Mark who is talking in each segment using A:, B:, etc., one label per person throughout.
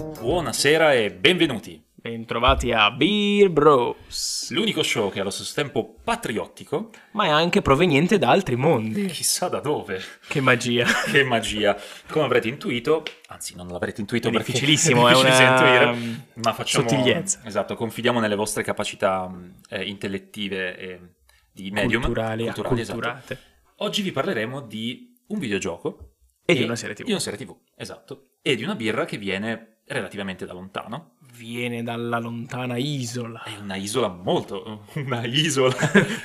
A: Buonasera e benvenuti.
B: Bentrovati a Beer Bros,
A: L'unico show che è allo stesso tempo patriottico,
B: ma è anche proveniente da altri mondi.
A: chissà da dove.
B: Che magia.
A: Che magia. Come avrete intuito, anzi non l'avrete intuito
B: È
A: perché
B: difficilissimo,
A: è
B: è
A: difficile
B: una
A: intuire, ma facciamo
B: sottigliezza.
A: Esatto, confidiamo nelle vostre capacità mh, eh, intellettive e di medium
B: Culturali,
A: esatto.
B: acculturate.
A: Oggi vi parleremo di un videogioco
B: E di una serie TV.
A: Di una serie TV, esatto, e di una birra che viene relativamente da lontano.
B: Viene dalla lontana isola.
A: È una isola molto una isola,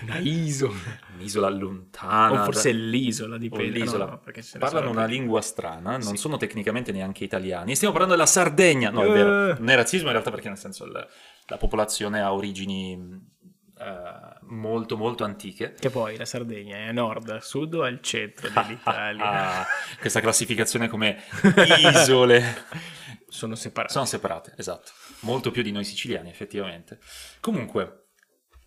B: Una isola.
A: un'isola lontana.
B: o forse l'isola, dipende.
A: l'isola.
B: No, no, perché ce ne
A: Parlano
B: sono
A: una
B: più.
A: lingua strana, non
B: Sì.
A: sono tecnicamente neanche italiani. Stiamo parlando della Sardegna. No, è
B: Eh.
A: vero. Non è razzismo in realtà perché nel senso il- la popolazione ha origini mh, eh, molto molto antiche.
B: Che poi la Sardegna è a nord, a sud o al centro dell'Italia?
A: Ah, questa classificazione come isole
B: sono separati.
A: sono separate, esatto. Molto più di noi siciliani, effettivamente. Comunque,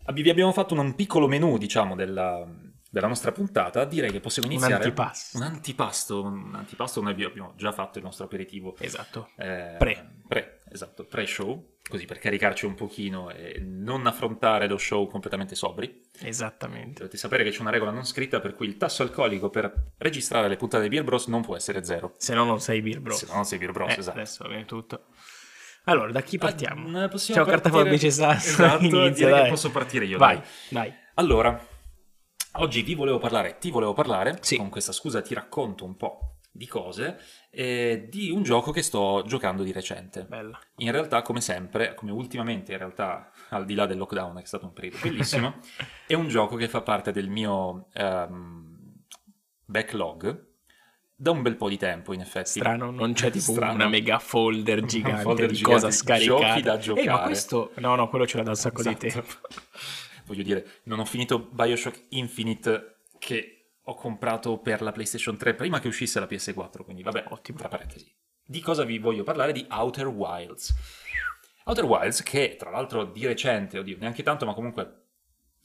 A: abbi- vi abbiamo fatto un, un piccolo menù, diciamo, della, della nostra puntata. Direi che possiamo
B: Un
A: iniziare.
B: antipasto.
A: Un antipasto, un antipasto, noi abbi- abbiamo già fatto il nostro aperitivo
B: Esatto.
A: eh,
B: Pre.
A: pre, esatto, pre-show, così per caricarci un pochino e non affrontare lo show completamente sobri.
B: Esattamente.
A: Dovete sapere che c'è una regola non scritta per cui il tasso alcolico per registrare le puntate di Beer Bros non può essere zero.
B: Se no non sei Beer Bros.
A: Se no non sei Beer Bros,
B: Eh,
A: esatto.
B: Adesso va bene tutto. Allora, da chi partiamo?
A: Ah, eh, possiamo
B: Ciao, carta
A: partire-
B: forbice sasso.
A: Esatto,
B: Inizia,
A: direi
B: dai.
A: che posso partire io.
B: Vai,
A: dai.
B: dai.
A: Allora, oggi vi volevo parlare, ti volevo parlare,
B: Sì.
A: con questa scusa ti racconto un po' di cose, eh, di un gioco che sto giocando di recente.
B: Bella.
A: In realtà, come sempre, come ultimamente, in realtà, al di là del lockdown, che è stato un periodo bellissimo, è un gioco che fa parte del mio ehm, backlog da un bel po' di tempo, in effetti.
B: Strano, non c'è tipo
A: Strano.
B: una mega folder
A: Una
B: gigante
A: folder
B: di
A: gigante
B: cosa
A: di
B: scaricare.
A: giochi da
B: Eh, ma
A: giocare.
B: questo... No, no, quello ce l'ha da un sacco di
A: Esatto.
B: tempo.
A: Voglio dire, non ho finito Bioshock Infinite che ho comprato per la PlayStation 3 prima che uscisse la PS4, quindi vabbè,
B: Ottimo.
A: tra parentesi. Di cosa vi voglio parlare? Di Outer Wilds. Outer Wilds che tra l'altro di recente, oddio, neanche tanto, ma comunque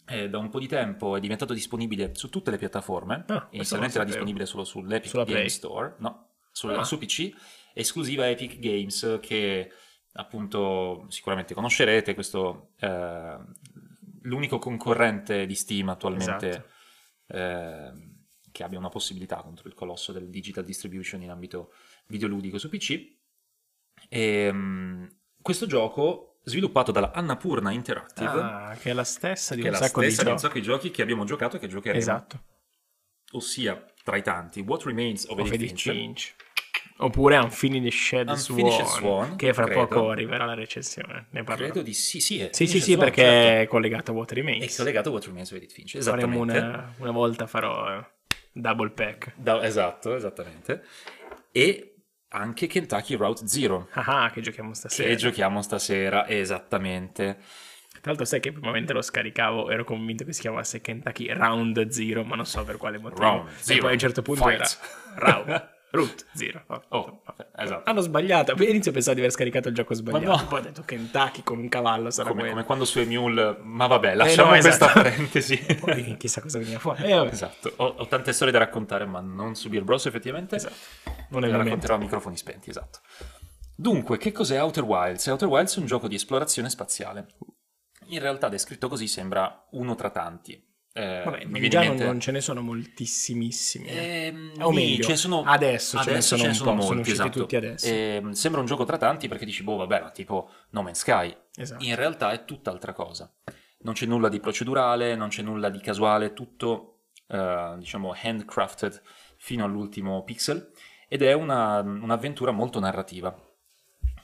A: eh, da un po' di tempo è diventato disponibile su tutte le piattaforme.
B: Ah, questo non lo
A: Inizialmente era
B: sapevo.
A: disponibile solo sull'Epic
B: Sulla
A: Game
B: Play?
A: Store, no, sulla-
B: Ah.
A: su PC, esclusiva Epic Games che appunto sicuramente conoscerete questo eh, l'unico concorrente di Steam attualmente
B: Esatto.
A: eh, che abbia una possibilità contro il colosso del digital distribution in ambito videoludico su PC e, mm, questo gioco sviluppato dalla Annapurna Interactive
B: Ah, che è la stessa di
A: che è
B: un
A: la
B: sacco di
A: stessa di un
B: giochi.
A: sacco di giochi che abbiamo giocato e che giocheremo
B: Esatto.
A: ossia tra i tanti What Remains of
B: Of
A: Edith
B: Edith
A: Finch
B: Finch. Oppure Unfinished Shed
A: Unfinished
B: Swan,
A: Swan,
B: che fra
A: credo.
B: poco arriverà la recensione. Ne parlerò.
A: credo di sì sì è
B: Sì, sì,
A: Finch
B: sì,
A: Zone,
B: perché
A: certo.
B: è collegato a Water
A: è
B: Remains.
A: collegato a What Remains of Edith Finch esattamente
B: Faremo una, una volta farò eh, double pack.
A: Da- esatto, esattamente. E anche Kentucky Route Zero,
B: Ah, ah, che giochiamo
A: che
B: stasera.
A: giochiamo stasera, esattamente.
B: Tra l'altro sai che prima lo scaricavo, ero convinto che si chiamasse Kentucky Round Zero, ma non so per quale motivo.
A: Round
B: e
A: Zero.
B: poi a un certo punto
A: Fight.
B: era Round, Root Zero. Oh,
A: Oh, vabbè, esatto.
B: Hanno sbagliato, all'inizio pensavo di aver scaricato il gioco sbagliato,
A: Ma no.
B: poi ho detto Kentucky con un cavallo sarà
A: Come,
B: quello.
A: come quando su Emule, ma vabbè, lasciamo
B: no, esatto.
A: questa parentesi.
B: Poi chissà cosa veniva fuori. Eh, vabbè.
A: esatto, ho, ho tante storie da raccontare, ma non su Beer Bros effettivamente.
B: Esatto. Non è
A: Le
B: il momento.
A: racconterò a microfoni spenti, esatto. Dunque, che cos'è Outer Wilds? Outer Wilds è un gioco di esplorazione spaziale. In realtà, descritto così, sembra uno tra tanti. Eh,
B: Vabbè,
A: mi viene
B: già
A: in
B: non,
A: mente-
B: non ce ne sono moltissimissimi. eh.
A: Ehm,
B: O
A: sì,
B: meglio,
A: ce ne sono-
B: adesso ce ne sono un po', sono usciti
A: esatto.
B: tutti adesso.
A: Ehm, sembra un gioco tra tanti perché dici, boh, vabbè, ma tipo No Man's Sky.
B: Esatto.
A: In realtà è tutt'altra cosa. Non c'è nulla di procedurale, non c'è nulla di casuale, è tutto, eh, diciamo, handcrafted fino all'ultimo pixel. Ed è una- un'avventura molto narrativa.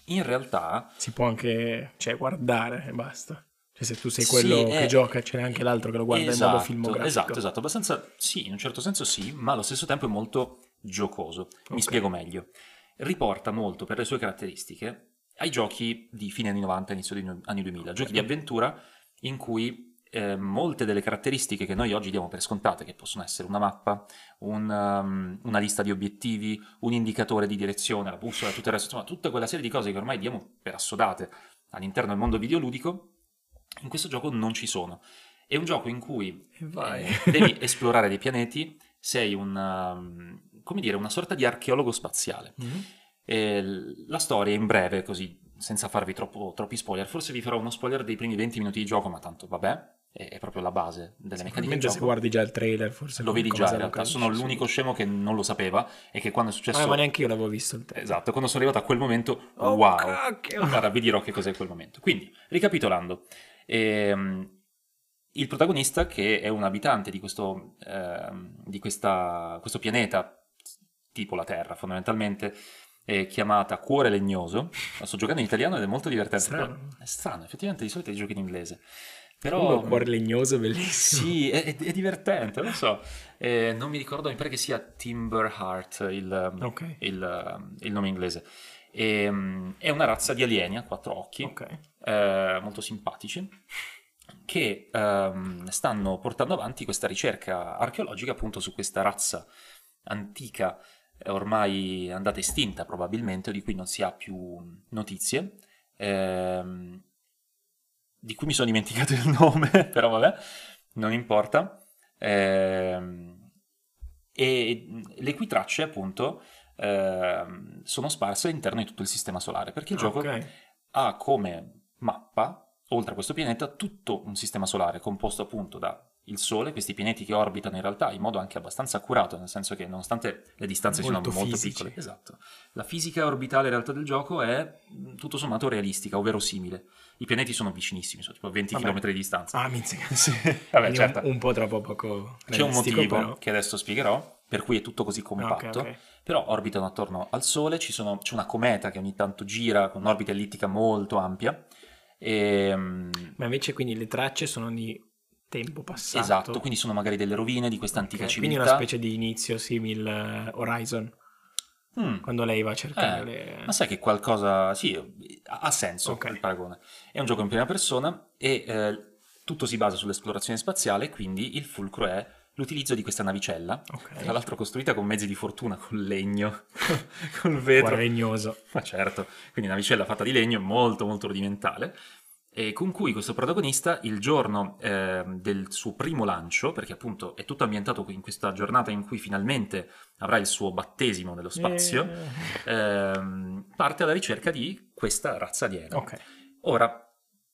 A: In realtà...
B: Si può anche cioè, guardare e basta. Cioè, se tu sei quello
A: sì,
B: che
A: è-
B: gioca, c'è anche l'altro che lo guarda in modo
A: Esatto,
B: filmografico.
A: Esatto, esatto. Abbastanza, sì, in un certo senso sì, ma allo stesso tempo è molto giocoso. Mi
B: Ok.
A: spiego meglio. Riporta molto per le sue caratteristiche ai giochi di fine anni 90, inizio degli anni 2000, giochi di avventura in cui eh, molte delle caratteristiche che noi oggi diamo per scontate, che possono essere una mappa, un, um, una lista di obiettivi, un indicatore di direzione, la bussola, tutto il resto, insomma, tutta quella serie di cose che ormai diamo per assodate all'interno del mondo videoludico, in questo gioco non ci sono. È un gioco in cui
B: E vai.
A: eh, devi esplorare dei pianeti, sei un, ehm, um, come dire, una sorta di archeologo spaziale.
B: Mhm.
A: E l- la storia, in breve, così senza farvi troppo- troppi spoiler, forse vi farò uno spoiler dei primi 20 minuti di gioco, ma tanto vabbè, è, è proprio la base delle meccaniche di
B: Mentre se
A: gioco.
B: guardi già il trailer, forse
A: Lo vedi
B: qualcosa
A: già in
B: lo
A: realtà,
B: capisci,
A: sono
B: sì.
A: l'unico scemo che non lo sapeva e che quando è successo...
B: Ah, ma neanche io l'avevo visto il trailer.
A: Esatto, quando sono arrivato a quel momento,
B: Oh,
A: wow.
B: cacchio!
A: Guarda, vi dirò che cos'è quel momento. Quindi, ricapitolando, ehm, il protagonista, che è un abitante di questo, ehm, di questa- questo pianeta, tipo la Terra fondamentalmente, è chiamata Cuore Legnoso. La sto giocando in italiano ed è molto divertente.
B: Strano.
A: però- È strano, effettivamente di solito i giochi in inglese.
B: Comunque
A: Però...
B: un cuore legnoso, bellissimo.
A: Sì, è, è- è divertente, lo so. Eh, non mi ricordo, mi pare che sia Timber Heart il,
B: Ok.
A: il, il nome inglese. E, mm, è una razza di alieni a quattro occhi,
B: Ok.
A: eh, molto simpatici, che ehm, stanno portando avanti questa ricerca archeologica appunto su questa razza antica, eh, ormai andata estinta probabilmente, di cui non si ha più notizie. ehm, di cui mi sono dimenticato il nome, però vabbè, non importa. Ehm, e le cui tracce, appunto, ehm, sono sparse all'interno di tutto il sistema solare, perché il gioco
B: Ah, Ok.
A: ha come mappa, oltre a questo pianeta, tutto un sistema solare composto appunto da il Sole, questi pianeti che orbitano in realtà in modo anche abbastanza accurato, nel senso che nonostante le distanze
B: Molto
A: siano molto
B: fisici.
A: piccole, esatto, la fisica orbitale in realtà del gioco è mh, tutto sommato realistica, ovvero simile. I pianeti sono vicinissimi, sono tipo a 20
B: Vabbè.
A: km di distanza.
B: Ah, minchia.
A: Vabbè,
B: Quindi
A: certo.
B: un, un po' troppo poco
A: C'è un
B: realistico,
A: motivo
B: però.
A: che adesso spiegherò, per cui è tutto così
B: Ah, ok,
A: compatto
B: ok.
A: però orbitano attorno al Sole, ci sono- c'è una cometa che ogni tanto gira con un'orbita ellittica molto ampia. E, mm,
B: Ma invece quindi le tracce sono di tempo passato.
A: esatto, quindi sono magari delle rovine di questa antica
B: Ok, Quindi
A: civiltà.
B: una specie di inizio simile Horizon,
A: Mm,
B: quando lei va a cercare
A: Eh,
B: le...
A: Ma sai che qualcosa, sì, ha ha senso
B: Ok.
A: il paragone. È un gioco in prima persona e eh, tutto si basa sull'esplorazione spaziale, quindi il fulcro è l'utilizzo di questa navicella, tra
B: Ok.
A: l'altro costruita con mezzi di fortuna, con legno, con vetro.
B: Cuore legnoso.
A: Ma certo, quindi una navicella fatta di legno molto molto rudimentale, e con cui questo protagonista il giorno ehm, del suo primo lancio, perché appunto è tutto ambientato in questa giornata in cui finalmente avrà il suo battesimo nello spazio,
B: Eh,
A: ehm, parte alla ricerca di questa razza aliena.
B: Ok.
A: Ora,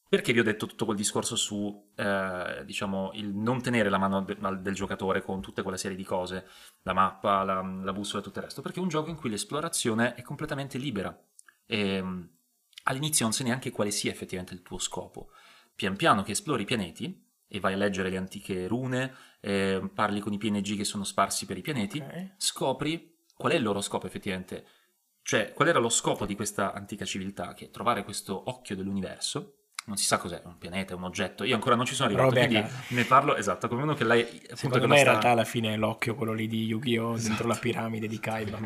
A: perché vi ho detto tutto quel discorso su, eh, diciamo, il non tenere la mano de- al- del giocatore con tutta quella serie di cose, la mappa, la, la bussola e tutto il resto? Perché è un gioco in cui l'esplorazione è completamente libera e mm, all'inizio non sai neanche quale sia effettivamente il tuo scopo. Pian piano che esplori i pianeti e vai a leggere le antiche rune, eh, parli con i PNG che sono sparsi per i pianeti,
B: ok.
A: scopri qual è il loro scopo effettivamente. Cioè, qual era lo scopo di questa antica civiltà? Che è trovare questo occhio dell'universo. Non si sa cos'è, un pianeta, un oggetto. Io ancora non ci sono arrivato,
B: Robe a
A: quindi
B: caso.
A: ne parlo esatto, come uno che l'hai appunto
B: eh. Secondo
A: che
B: me
A: la
B: in
A: sta- Esatto.
B: realtà alla fine è l'occhio quello lì di Yu-Gi-Oh! dentro la piramide di Kaiba.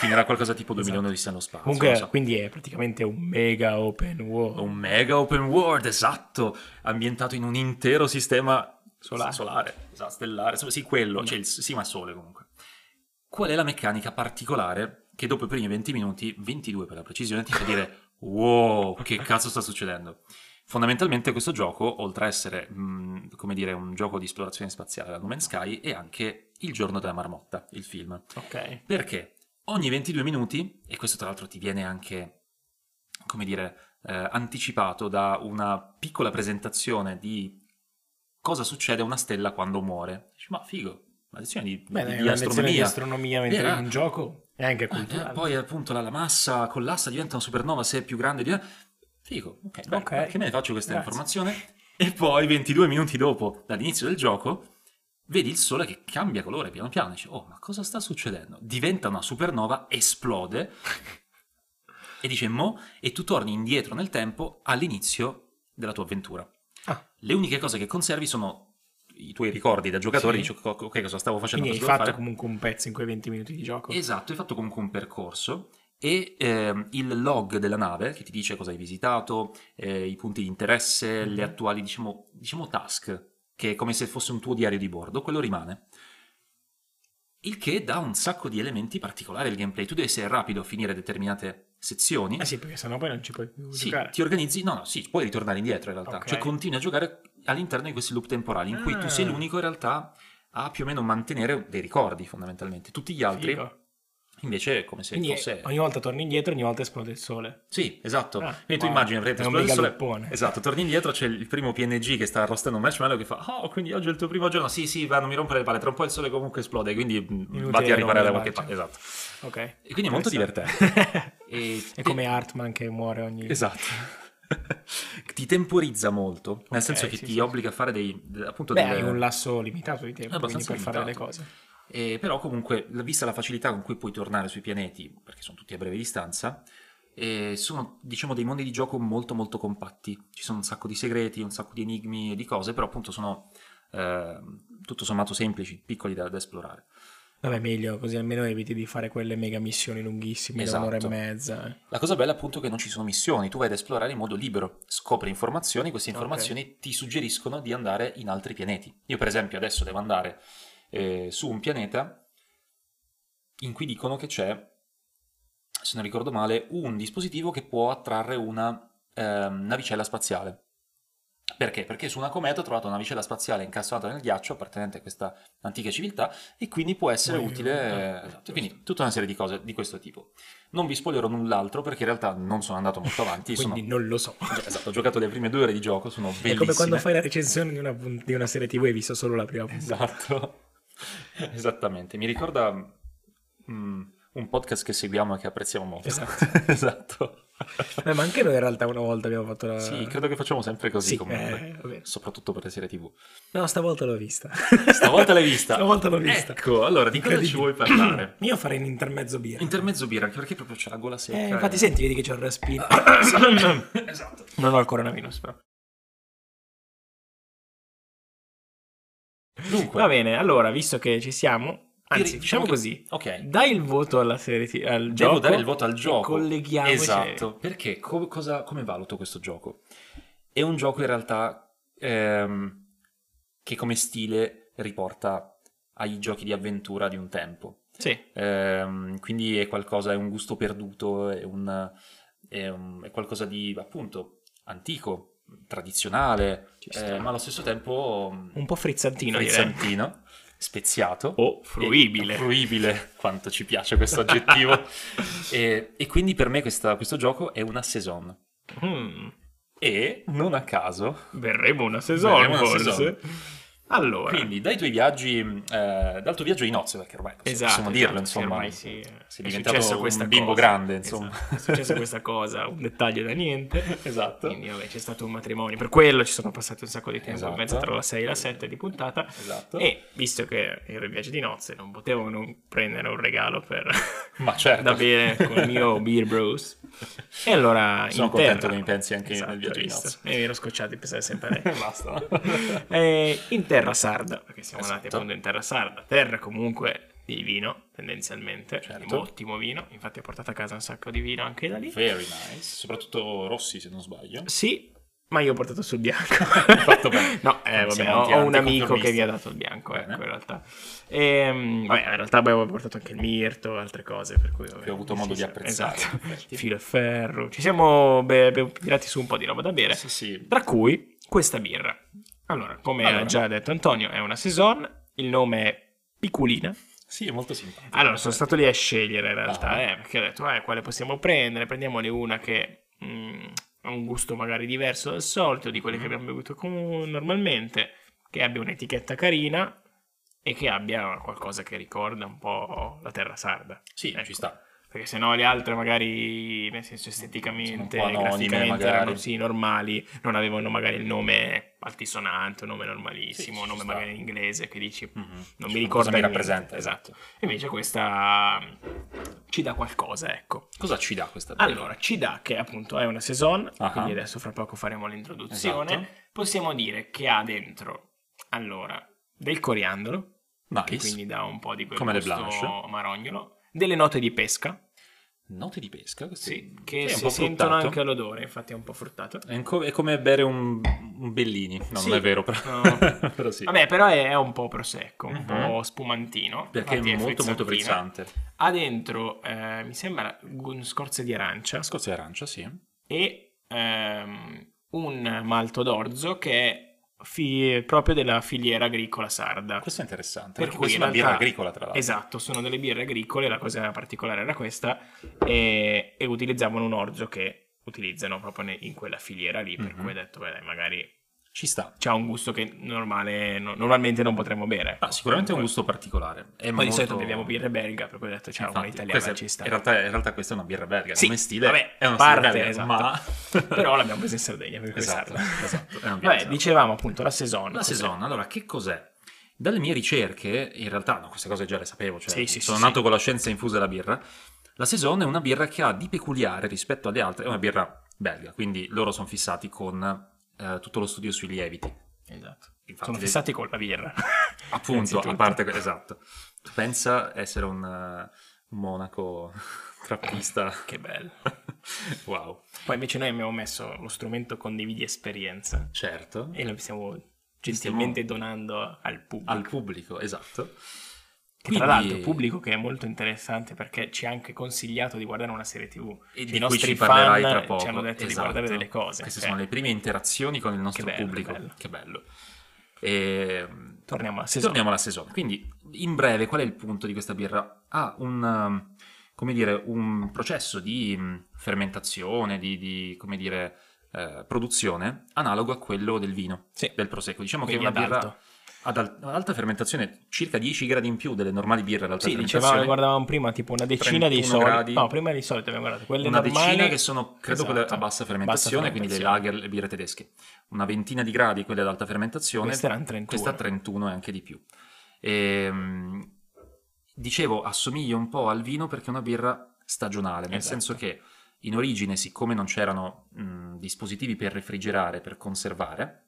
A: finirà qualcosa tipo 2001
B: Esatto.
A: di Sanno Spazio.
B: Comunque,
A: non so.
B: quindi è praticamente un mega open world.
A: un mega open world, esatto, ambientato in un intero sistema
B: Solare.
A: esatto, stellare, insomma, sì, quello, cioè il, sì, ma sole comunque. Qual è la meccanica particolare che dopo i primi 20 minuti, 22 per la precisione, ti fa dire wow, che cazzo sta succedendo? Fondamentalmente questo gioco, oltre a essere, mh, come dire, un gioco di esplorazione spaziale la No Man's Sky, è anche Il giorno della marmotta, il film.
B: Ok.
A: Perché ogni 22 minuti, e questo tra l'altro ti viene anche, come dire, eh, anticipato da una piccola presentazione di cosa succede a una stella quando muore. Dici, ma figo, una lezione di,
B: Bene,
A: di
B: è una lezione di
A: astronomia.
B: astronomia mentre
A: Era-
B: in un gioco è anche
A: Ah,
B: culturale.
A: eh, poi appunto la, la massa collassa, diventa una supernova se è più grande di... Figo, ok, bene,
B: Ok.
A: ma che me ne faccio questa
B: Grazie.
A: informazione? E poi 22 minuti dopo, dall'inizio del gioco, vedi il sole che cambia colore piano piano. Dici, oh, ma cosa sta succedendo? Diventa una supernova, esplode e dice mo, e tu torni indietro nel tempo all'inizio della tua avventura.
B: Ah.
A: Le uniche cose che conservi sono i tuoi ricordi da giocatore,
B: Sì.
A: dici, "Co- ok, cosa stavo facendo?
B: Quindi hai
A: cosa dovevo
B: fatto
A: fare?"
B: comunque un pezzo in quei 20 minuti di gioco.
A: Esatto, hai fatto comunque un percorso e ehm, il log della nave che ti dice cosa hai visitato, eh, i punti di interesse,
B: Mhm.
A: le attuali, diciamo, diciamo, task, che è come se fosse un tuo diario di bordo, quello rimane. Il che dà un sacco di elementi particolari al gameplay. Tu devi essere rapido a finire determinate sezioni.
B: Eh sì, perché sennò poi non ci puoi più
A: Sì,
B: giocare.
A: ti organizzi, no, no, sì, puoi ritornare indietro in realtà,
B: Ok.
A: cioè continui a giocare all'interno di questi loop temporali in cui tu sei
B: Ah.
A: l'unico in realtà a più o meno mantenere dei ricordi fondamentalmente, tutti gli altri
B: Figo.
A: Invece è come se
B: Quindi
A: fosse...
B: ogni volta torni indietro, ogni volta esplode il sole.
A: Sì, esatto.
B: Ah,
A: Quindi tu
B: wow.
A: immagini, avrete
B: È un
A: esploso il sole-
B: megaluppone.
A: Esatto, torni indietro, c'è il primo PNG che sta arrostando un marshmallow che fa "Oh, quindi oggi è il tuo primo giorno". Sì, sì, va, non mi rompere le palle, tra un po' il sole comunque esplode, quindi mh,
B: Inutile
A: vatti a riparare da qualche
B: rompere
A: parte. Esatto.
B: le Ok.
A: E quindi è molto
B: Interessante.
A: E,
B: è come Hartman che muore ogni...
A: Esatto. ti temporizza molto, nel
B: Ok,
A: senso che
B: sì,
A: ti
B: sì,
A: obbliga a fare dei de- appunto
B: Beh,
A: delle-
B: hai un lasso limitato di tempo quindi
A: Abbastanza
B: per fare le
A: limitato.
B: cose.
A: Eh, però comunque, la- vista la facilità con cui puoi tornare sui pianeti, perché sono tutti a breve distanza, eh, sono diciamo dei mondi di gioco molto molto compatti. Ci sono un sacco di segreti, un sacco di enigmi e di cose, però appunto sono eh, tutto sommato semplici, piccoli da, da esplorare.
B: Vabbè, meglio, così almeno eviti di fare quelle mega missioni lunghissime da un'ora e
A: Esatto.
B: mezza. eh.
A: La cosa bella appunto è che non ci sono missioni, tu vai ad esplorare in modo libero, scopri informazioni, queste
B: Ok.
A: informazioni ti suggeriscono di andare in altri pianeti. Io per esempio adesso devo andare eh, su un pianeta in cui dicono che c'è, se non ricordo male, un dispositivo che può attrarre una ehm, navicella spaziale. Perché? Perché su una cometa ho trovato una navicella spaziale incastrata nel ghiaccio appartenente a questa antica civiltà e quindi può essere
B: Ui,
A: utile.
B: eh,
A: esatto, quindi tutta una serie di cose di questo tipo. Non vi spoilerò null'altro perché in realtà non sono andato molto avanti. sono-
B: Quindi non lo so.
A: Esatto, ho giocato le prime due ore di gioco, sono bellissime.
B: È come quando fai la recensione di una, pun- di una serie TV e hai visto solo la prima puntata.
A: Esatto, esattamente. Mi ricorda mm, un podcast che seguiamo e che apprezziamo molto.
B: Esatto.
A: Esatto.
B: Eh, ma anche noi in realtà una volta abbiamo fatto la...
A: Sì, credo che facciamo sempre così
B: Eh, Sì,
A: comunque.
B: eh, vabbè.
A: Soprattutto per le serie TV.
B: No, stavolta l'ho vista.
A: Stavolta l'hai vista.
B: Stavolta l'ho vista.
A: Ecco, allora di cosa ci vuoi parlare?
B: Io farei un intermezzo birra.
A: Intermezzo birra, anche perché proprio c'è la gola secca.
B: Eh,
A: e-
B: infatti senti, vedi che c'ho il respiro.
A: esatto.
B: non ho il coronavirus, però.
A: Dunque,
B: Va bene, allora, visto che ci siamo, anzi,
A: Iri-
B: diciamo
A: che-
B: così,
A: Ok.
B: dai il voto alla serie ti- al
A: Devo
B: gioco.
A: dare il voto al gioco.
B: E colleghiamoci.
A: Esatto. Perché co- cosa- come valuto questo gioco? È un gioco in realtà ehm, che come stile riporta ai giochi di avventura di un tempo.
B: Sì,
A: Ehm, quindi è qualcosa, è un gusto perduto, è, un- è un- è qualcosa di appunto antico, tradizionale,
B: Ci
A: eh,
B: sta.
A: ma allo stesso tempo
B: un po' frizzantino, direi.
A: frizzantino, speziato
B: O fruibile.
A: e- Fruibile, quanto ci piace questo aggettivo. e, e quindi per me questa- questo gioco è una saison.
B: Mm,
A: E non a caso.
B: verremo una saison,
A: Verremo una
B: forse.
A: saison.
B: Allora,
A: Quindi dai tuoi viaggi, eh, dal tuo viaggio in nozze, perché ormai possiamo
B: esatto,
A: dirlo,
B: esatto, sì,
A: insomma.
B: ormai sì, eh,
A: sei
B: è
A: diventato
B: successo
A: un
B: questa
A: bimbo
B: cosa.
A: grande, insomma.
B: Esatto, è successo questa cosa, un dettaglio da niente.
A: Esatto.
B: Quindi vabbè, c'è stato un matrimonio, per quello ci sono passati un sacco di tempo,
A: Esatto.
B: in mezzo tra la 6 e la 7 di puntata.
A: Esatto.
B: E visto che ero in viaggio di nozze, non potevo non prendere un regalo per
A: Ma certo.
B: da bere con il mio Beer Bros. E allora
A: Sono
B: in
A: contento
B: terra-
A: che mi pensi anche
B: Esatto,
A: nel viaggio di
B: visto?
A: nozze.
B: E mi ero scocciato di pensare sempre a lei.
A: Basta.
B: Eh, in terra sarda, perché siamo
A: Esatto.
B: andati appunto in terra sarda, terra comunque di vino tendenzialmente,
A: Certo.
B: di ottimo vino, infatti ho portato a casa un sacco di vino anche da lì.
A: Very nice. Soprattutto Rossi, se non sbaglio.
B: Sì, ma io ho portato sul bianco.
A: Fatto bene.
B: No, eh, vabbè,
A: Siamo
B: ho,
A: anti-
B: ho un amico che
A: anticonformisti.
B: mi ha dato il bianco,
A: Bene.
B: ecco, in realtà. Ehm, vabbè, in realtà poi avevo portato anche il mirto, altre cose, per cui... vabbè,
A: Che ho avuto modo di apprezzare,
B: Esatto,
A: in effetti.
B: filo e ferro. Ci siamo be- be- tirati su un po' di roba da bere,
A: Sì, sì.
B: tra cui questa birra. Allora, come
A: Allora.
B: ha già detto Antonio, è una Saison, il nome è Piculina.
A: Sì, è molto simpatico.
B: Allora, sono stato lì a scegliere in realtà,
A: Ah.
B: eh, perché ho detto, eh, quale possiamo prendere? Prendiamone una che mm, ha un gusto magari diverso dal solito, di
A: Mm.
B: quelle che abbiamo bevuto com- normalmente, che abbia un'etichetta carina e che abbia qualcosa che ricorda un po' la terra sarda.
A: Sì,
B: Ecco.
A: ci sta.
B: Perché sennò le altre magari, nel senso esteticamente,
A: Sono un po' anonime,
B: graficamente,
A: magari.
B: erano sì, normali, non avevano magari il nome altisonante, un nome normalissimo,
A: Sì,
B: un
A: ci
B: nome
A: sta.
B: magari in inglese, che dici
A: Mhm.
B: non
A: Cioè,
B: mi ricorda
A: cosa mi
B: niente.
A: rappresenta.
B: esatto invece questa mh, ci dà qualcosa ecco
A: Cosa ci dà questa birra?
B: allora ci dà che appunto è una saison
A: Ah.
B: quindi adesso fra poco faremo l'introduzione
A: Esatto.
B: possiamo dire che ha dentro allora del coriandolo che
A: Nice.
B: quindi dà un po' di quel
A: Come le
B: gusto
A: Blanche.
B: marognolo delle note di pesca
A: Note di pesca, queste-
B: sì, che
A: è un
B: si
A: po'
B: sentono
A: fruttato.
B: anche all'odore infatti è un po' fruttato
A: È, un co- è come bere un, un bellini. No,
B: Sì.
A: non è vero, però,
B: No.
A: però sì.
B: vabbè però è, è un po' prosecco un
A: Mhm.
B: po' spumantino
A: Perché è
B: infatti
A: molto molto
B: frizzantina.
A: frizzante.
B: ha dentro, eh, mi sembra, gu- scorze di arancia
A: La scozia è arancia, sì.
B: e ehm, un malto d'orzo che è fi- proprio della filiera agricola sarda.
A: Questo è interessante.
B: Per
A: perché
B: cui
A: questa è
B: in
A: una birra
B: realtà-
A: agricola, tra l'altro.
B: Esatto, sono delle birre agricole, la cosa particolare era questa, e, e utilizzavano un orzo che utilizzano proprio ne- in quella filiera lì, per
A: Mhm.
B: cui ho detto, beh dai, magari
A: Ci sta.
B: c'ha un gusto che normale- no- normalmente non potremmo bere.
A: Ah, sicuramente è un gusto particolare. È
B: Poi
A: molto-
B: di solito beviamo birra belga, per cui ho detto, c'è una
A: Infatti,
B: italiana,
A: questa-
B: ci sta.
A: In realtà, in realtà questa è una birra belga,
B: Sì,
A: come stile
B: vabbè,
A: è una
B: parte,
A: parte, belga,
B: esatto.
A: ma...
B: Però l'abbiamo presa in Sardegna, per cui è
A: Esatto,
B: sarda.
A: esatto, è una birra
B: Vabbè,
A: sarda.
B: dicevamo appunto la saison.
A: La
B: cos'è?
A: saison, allora, che cos'è? Dalle mie ricerche, in realtà, no, queste cose già le sapevo, cioè
B: Sì, sì,
A: sono
B: sì,
A: nato
B: sì.
A: con la scienza infusa della birra. La saison è una birra che ha di peculiare rispetto alle altre, è una birra belga, quindi loro sono fissati con eh, tutto lo studio sui lieviti.
B: Esatto.
A: Infatti,
B: Sono
A: le-
B: fissati con la birra.
A: Appunto,
B: Innanzitutto.
A: a parte que- esatto. Tu pensa essere un, eh, un monaco trappista.
B: Che bello.
A: wow,
B: Poi invece noi abbiamo messo lo strumento condividi esperienza
A: certo.
B: e lo stiamo gentilmente donando al pubblico.
A: Al pubblico, esatto.
B: Che tra
A: Quindi-
B: l'altro pubblico che è molto interessante perché ci ha anche consigliato di guardare una serie tv.
A: E
B: I
A: Cioè, di cui
B: nostri
A: ci parlerai
B: fan
A: tra poco.
B: ci hanno detto di
A: Esatto.
B: guardare delle cose.
A: Queste
B: Eh,
A: sono le prime interazioni con il nostro
B: bello,
A: pubblico.
B: che bello.
A: Che bello. E...
B: Torniamo alla saison.
A: Torniamo alla saison. Quindi, in breve, qual è il punto di questa birra? Ha un, um, come dire, un processo di um, fermentazione, di, di, come dire, eh, produzione analogo a quello del vino,
B: Sì.
A: del prosecco. Diciamo
B: Quindi
A: che è una
B: ad
A: birra
B: alto.
A: ad al- ad alta fermentazione, circa 10 gradi in più delle normali birre ad alta
B: Sì, dicevamo,
A: fermentazione.
B: guardavamo prima tipo una decina di
A: 31 gradi.
B: soliti. No, prima di solito abbiamo guardato quelle
A: una
B: normali.
A: decina che sono credo
B: Esatto.
A: quelle a bassa fermentazione,
B: Bassa
A: quindi le
B: fermentazione.
A: lager, le birre tedesche, una ventina di gradi quelle ad alta fermentazione,
B: Queste erano 31.
A: questa 31 e anche di più. Ehm, dicevo, assomiglia un po' al vino perché è una birra stagionale, nel
B: Esatto.
A: senso che in origine, siccome non c'erano mh, dispositivi per refrigerare, per conservare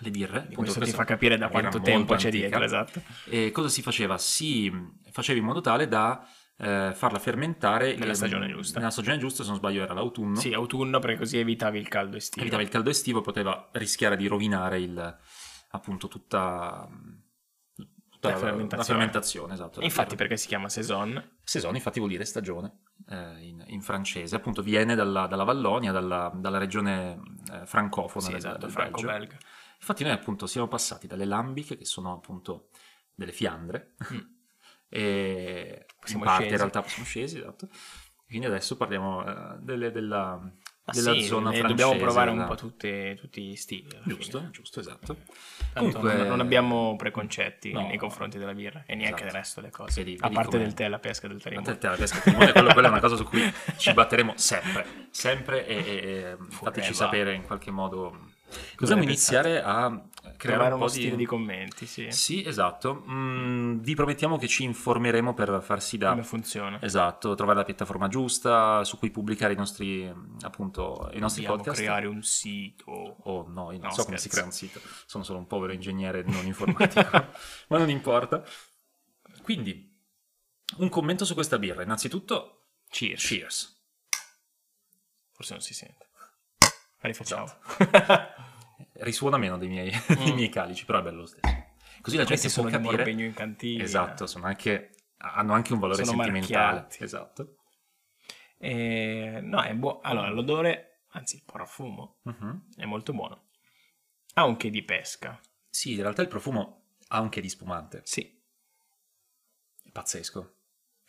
A: le birre,
B: Quindi
A: appunto
B: questo ti
A: questa-
B: fa capire
A: una
B: da
A: birra
B: quanto
A: molto
B: tempo c'è
A: antica.
B: dietro, esatto.
A: E cosa si faceva? Si mh, faceva in modo tale da eh, farla fermentare
B: Nella
A: ehm,
B: stagione giusta.
A: Nella stagione giusta, se non sbaglio, era l'autunno.
B: Sì, autunno perché così Mm. evitavi il caldo estivo.
A: Evitava il caldo estivo, poteva rischiare di rovinare il, appunto tutta, tutta
B: La fermentazione.
A: fermentazione, esatto.
B: Infatti perché si chiama saison?
A: Saison, infatti, vuol dire stagione eh, in, in francese. Appunto, viene dalla, dalla Vallonia, dalla, dalla regione eh, francofona
B: Sì,
A: del,
B: esatto,
A: del
B: franco
A: Belgio.
B: belga.
A: Infatti noi appunto siamo passati dalle lambiche, che sono appunto delle fiandre,
B: Mm.
A: e
B: Siamo
A: in parte
B: scesi.
A: in realtà siamo scesi, esatto. Quindi adesso parliamo eh, delle- della, della
B: Ah, sì,
A: zona
B: ne
A: francese.
B: dobbiamo provare
A: della-
B: un po' tutte- tutti gli stili. alla
A: Giusto,
B: fine.
A: giusto, esatto.
B: Tanto
A: Comunque-
B: non, non abbiamo preconcetti
A: No.
B: nei confronti della birra e neanche
A: Esatto.
B: del resto delle cose.
A: Vedi-
B: a
A: vedi
B: parte
A: com'è.
B: del tè, la pesca del
A: La
B: tarimone.
A: testa, la testa, il timone, quello- quella è una cosa su cui ci batteremo sempre, sempre e, e- e fateci
B: Forever.
A: sapere in qualche modo.
B: Cosa
A: Dobbiamo
B: ne pensate?
A: iniziare a creare
B: Trovare
A: un
B: uno
A: po'
B: stile di commenti, sì.
A: Sì, esatto. Mm, vi promettiamo che ci informeremo per farsi da
B: Come funziona.
A: Esatto, trovare la piattaforma giusta su cui pubblicare i nostri, appunto, i nostri
B: Dobbiamo
A: podcast.
B: creare un sito.
A: Oh no, io non
B: No,
A: so come
B: scherzo.
A: si crea un sito, sono solo un povero ingegnere non informatico, ma non importa. Quindi, un commento su questa birra. Innanzitutto,
B: Cheers.
A: cheers.
B: Forse non si sente. Ma rifacciamo.
A: Esatto. Risuona meno dei miei, dei miei calici, però è bello lo stesso. Così la gente
B: Questi
A: Cioè, può
B: Mm. sono di
A: capire...
B: Morbegno in cantina.
A: Esatto, sono anche, hanno anche un valore
B: Sono
A: sentimentale.
B: marchiati.
A: Esatto.
B: Eh, no, è buono. Allora, l'odore, anzi il profumo,
A: Mhm.
B: è molto buono. Anche di pesca.
A: Sì, in realtà il profumo ha anche di spumante.
B: Sì.
A: È pazzesco.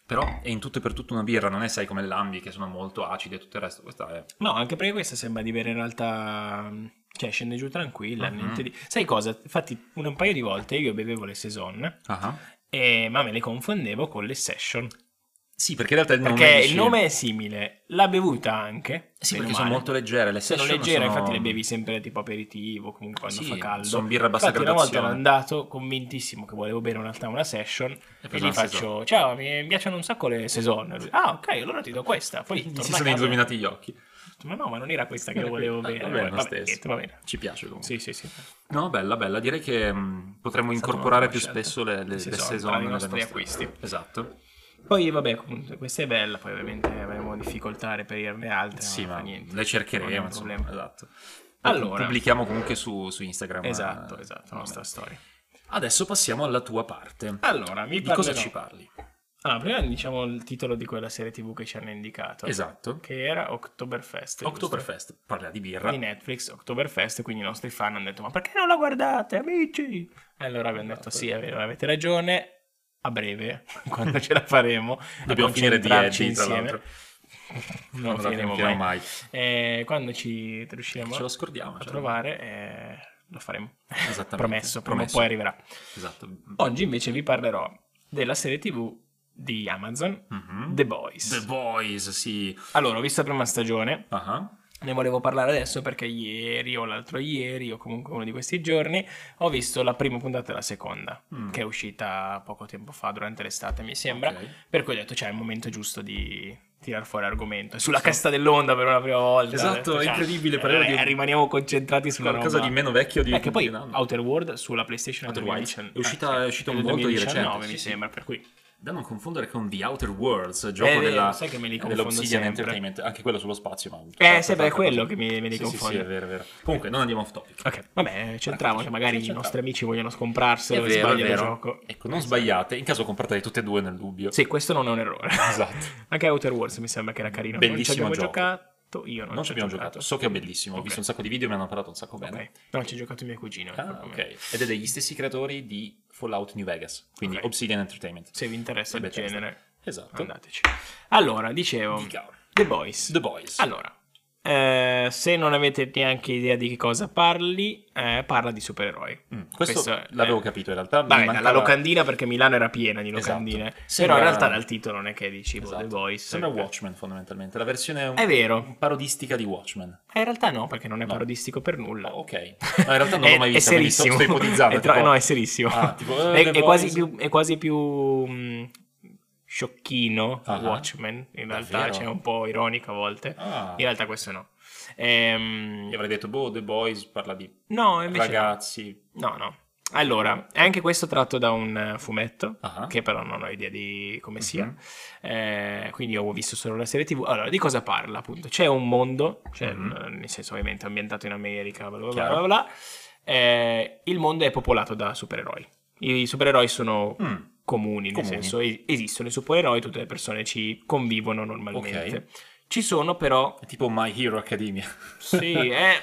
A: Però è in tutto e per tutto una birra, non è sai come le lambi che sono molto acide e tutto il resto. Questa è
B: No, anche perché questa sembra di bere in realtà... Cioè, scende giù tranquilla,
A: Mhm.
B: niente di... Sai cosa? Infatti, un, un paio di volte io bevevo le Saison, e- ma me le confondevo con le Session.
A: Sì, perché in realtà il nome
B: Perché
A: dici-
B: il nome è simile, la bevuta anche.
A: Sì, perché
B: bene o
A: sono
B: male.
A: molto leggere, le
B: sono
A: session
B: leggera,
A: sono-
B: infatti le bevi sempre tipo aperitivo, comunque quando
A: Sì,
B: fa caldo.
A: sono birre a bassa
B: infatti, una volta ero
A: gradazione.
B: andato convintissimo che volevo bere una, una session e,
A: preso
B: gli
A: una
B: faccio:
A: saison.
B: Ciao, mi piacciono un sacco le saison. E lui, ah, ok, allora ti do questa. Poi
A: Gli
B: torna
A: si
B: a
A: sono
B: casa.
A: illuminati gli occhi.
B: Ma no, ma non era questa che io volevo
A: Ah,
B: bere.
A: va bene,
B: Vabbè,
A: lo
B: ho
A: stesso.
B: detto, va bene.
A: Ci piace comunque.
B: Sì, sì, sì.
A: No, bella, bella. Direi che mh, potremmo
B: stata
A: incorporare
B: una
A: più
B: buona scelta.
A: spesso le, le,
B: Sì,
A: le
B: sono
A: saison
B: tra i
A: nelle
B: nostri
A: nostre-
B: acquisti.
A: Esatto.
B: Poi, vabbè, comunque, questa è bella. Poi, ovviamente, avremo difficoltà a reperirne altre.
A: sì,
B: ma,
A: ma
B: fa niente.
A: le
B: Non è
A: cercheremo,
B: un
A: insomma.
B: problema.
A: Esatto.
B: Allora.
A: Pubblichiamo comunque su, su Instagram. eh,
B: Esatto, esatto, la nostra storia.
A: Adesso passiamo alla tua parte.
B: Allora, mi
A: Di cosa
B: parlerò-
A: ci parli?
B: Ah, prima diciamo il titolo di quella serie tv che ci hanno indicato.
A: Esatto.
B: Che era Oktoberfest. giusto?
A: Oktoberfest, parla di birra.
B: Di Netflix, Oktoberfest, quindi i nostri fan hanno detto ma perché non la guardate amici? E allora abbiamo detto
A: Esatto.
B: sì, è vero, avete ragione, a breve, quando ce la faremo.
A: Dobbiamo
B: a
A: finire di
B: concentrarci
A: Eddie, tra l'altro.
B: Non
A: la
B: finiremo
A: finiremo
B: mai.
A: mai.
B: E quando ci riusciremo
A: Ce lo
B: a
A: scordiamo. cioè.
B: trovare eh, lo faremo.
A: Esattamente.
B: Promesso, prima o
A: Promesso.
B: poi arriverà.
A: Esatto.
B: Oggi invece vi parlerò della serie tv di Amazon,
A: Mhm.
B: The Boys.
A: The Boys, sì.
B: Allora, ho visto la prima stagione,
A: Ah,
B: ne volevo parlare adesso perché ieri o l'altro ieri o comunque uno di questi giorni ho visto la prima puntata e la seconda,
A: Mm.
B: che è uscita poco tempo fa, durante l'estate mi sembra.
A: ok.
B: Per cui ho detto, cioè, è il momento giusto di tirar fuori argomento. Sulla casta dell'onda per una prima volta.
A: Esatto,
B: Ho detto,
A: è
B: cioè,
A: incredibile parlare
B: eh,
A: di-
B: Rimaniamo concentrati sulla
A: Qualcosa
B: roba.
A: di meno vecchio di
B: Eh, che poi
A: di un anno.
B: Outer World sulla PlayStation Ah,
A: Outer
B: del
A: Wilds.
B: 2019.
A: È uscita- è uscito un volto di recente, sì, sì.
B: mi sembra, per cui
A: Da non confondere con The Outer Worlds, gioco
B: Eh, vero,
A: della,
B: sai che me li confondo
A: dell'Obsidian
B: sempre.
A: Entertainment, anche quello sullo spazio. Ma
B: Eh, sembra è quello che mi, me li
A: Sì, sì,
B: confonde.
A: sì, è vero, è vero. Comunque, non andiamo off topic.
B: Ok, vabbè, c'entravo che
A: Sì,
B: magari i
A: c'entrava.
B: nostri amici vogliono scomprarselo e sbagliano il gioco. Esatto.
A: Ecco, non sbagliate, in caso comprate tutte e due nel dubbio.
B: Sì, questo non è un errore.
A: Esatto.
B: Anche Outer Worlds mi sembra che era carino. non ci
A: Bellissimo
B: abbiamo
A: gioco.
B: giocato, io non,
A: Non ci abbiamo giocato, so che è bellissimo, ho
B: Ok.
A: visto un sacco di video e mi hanno parlato un sacco bene.
B: Ok. No, ci ha giocato mio cugino.
A: Ah, ok. Ed è degli stessi creatori di Fallout New Vegas, quindi
B: Ok.
A: Obsidian Entertainment.
B: Se vi interessa il
A: Vabbè, testa.
B: genere,
A: Esatto.
B: andateci. Allora, dicevo,
A: Dica.
B: The Boys.
A: The Boys.
B: Allora, eh, se non avete neanche idea di che cosa parli, eh, parla di supereroi.
A: Mm, questo,
B: questo è-
A: l'avevo capito in realtà. mi
B: Vabbè,
A: mancava-
B: dalla locandina perché Milano era piena di locandine.
A: Esatto. Sembra-
B: Però in realtà dal titolo non è che dici boh,
A: Esatto.
B: The Boys.
A: Sembra Watchmen fondamentalmente, la versione un-
B: È vero.
A: parodistica di Watchmen.
B: Eh, in realtà no, perché non è
A: No.
B: parodistico per nulla.
A: Ah, ok. Ma in realtà non
B: È-
A: l'ho mai vista,
B: È
A: quindi sto,
B: serissimo.
A: sto ipotizzando.
B: È tra-
A: tipo-
B: No, è serissimo.
A: Ah, tipo, eh,
B: è,
A: The
B: è quasi
A: Boys.
B: più, è quasi più mh, sciocchino
A: Ah.
B: Watchmen. In realtà
A: Davvero?
B: c'è un po' ironico a volte.
A: Ah.
B: In realtà questo no. Ehm,
A: Io avrei detto, boh, The Boys parla di
B: no, invece
A: ragazzi.
B: no, no. Allora, è anche questo tratto da un eh, fumetto,
A: Ah.
B: che però non ho idea di come
A: Mhm.
B: sia. Eh, quindi io ho visto solo la serie TV. Allora, di cosa parla appunto? C'è un mondo, cioè,
A: Mhm.
B: eh, nel senso ovviamente ambientato in America, bla bla bla.
A: Chiaro.
B: bla, bla. Eh, il mondo è popolato da supereroi. I supereroi sono
A: Mm,
B: comuni, nel
A: Comuni.
B: senso es- esistono i supereroi, tutte le persone ci convivono normalmente. Ci sono però...
A: è tipo My Hero Academia.
B: Sì, eh,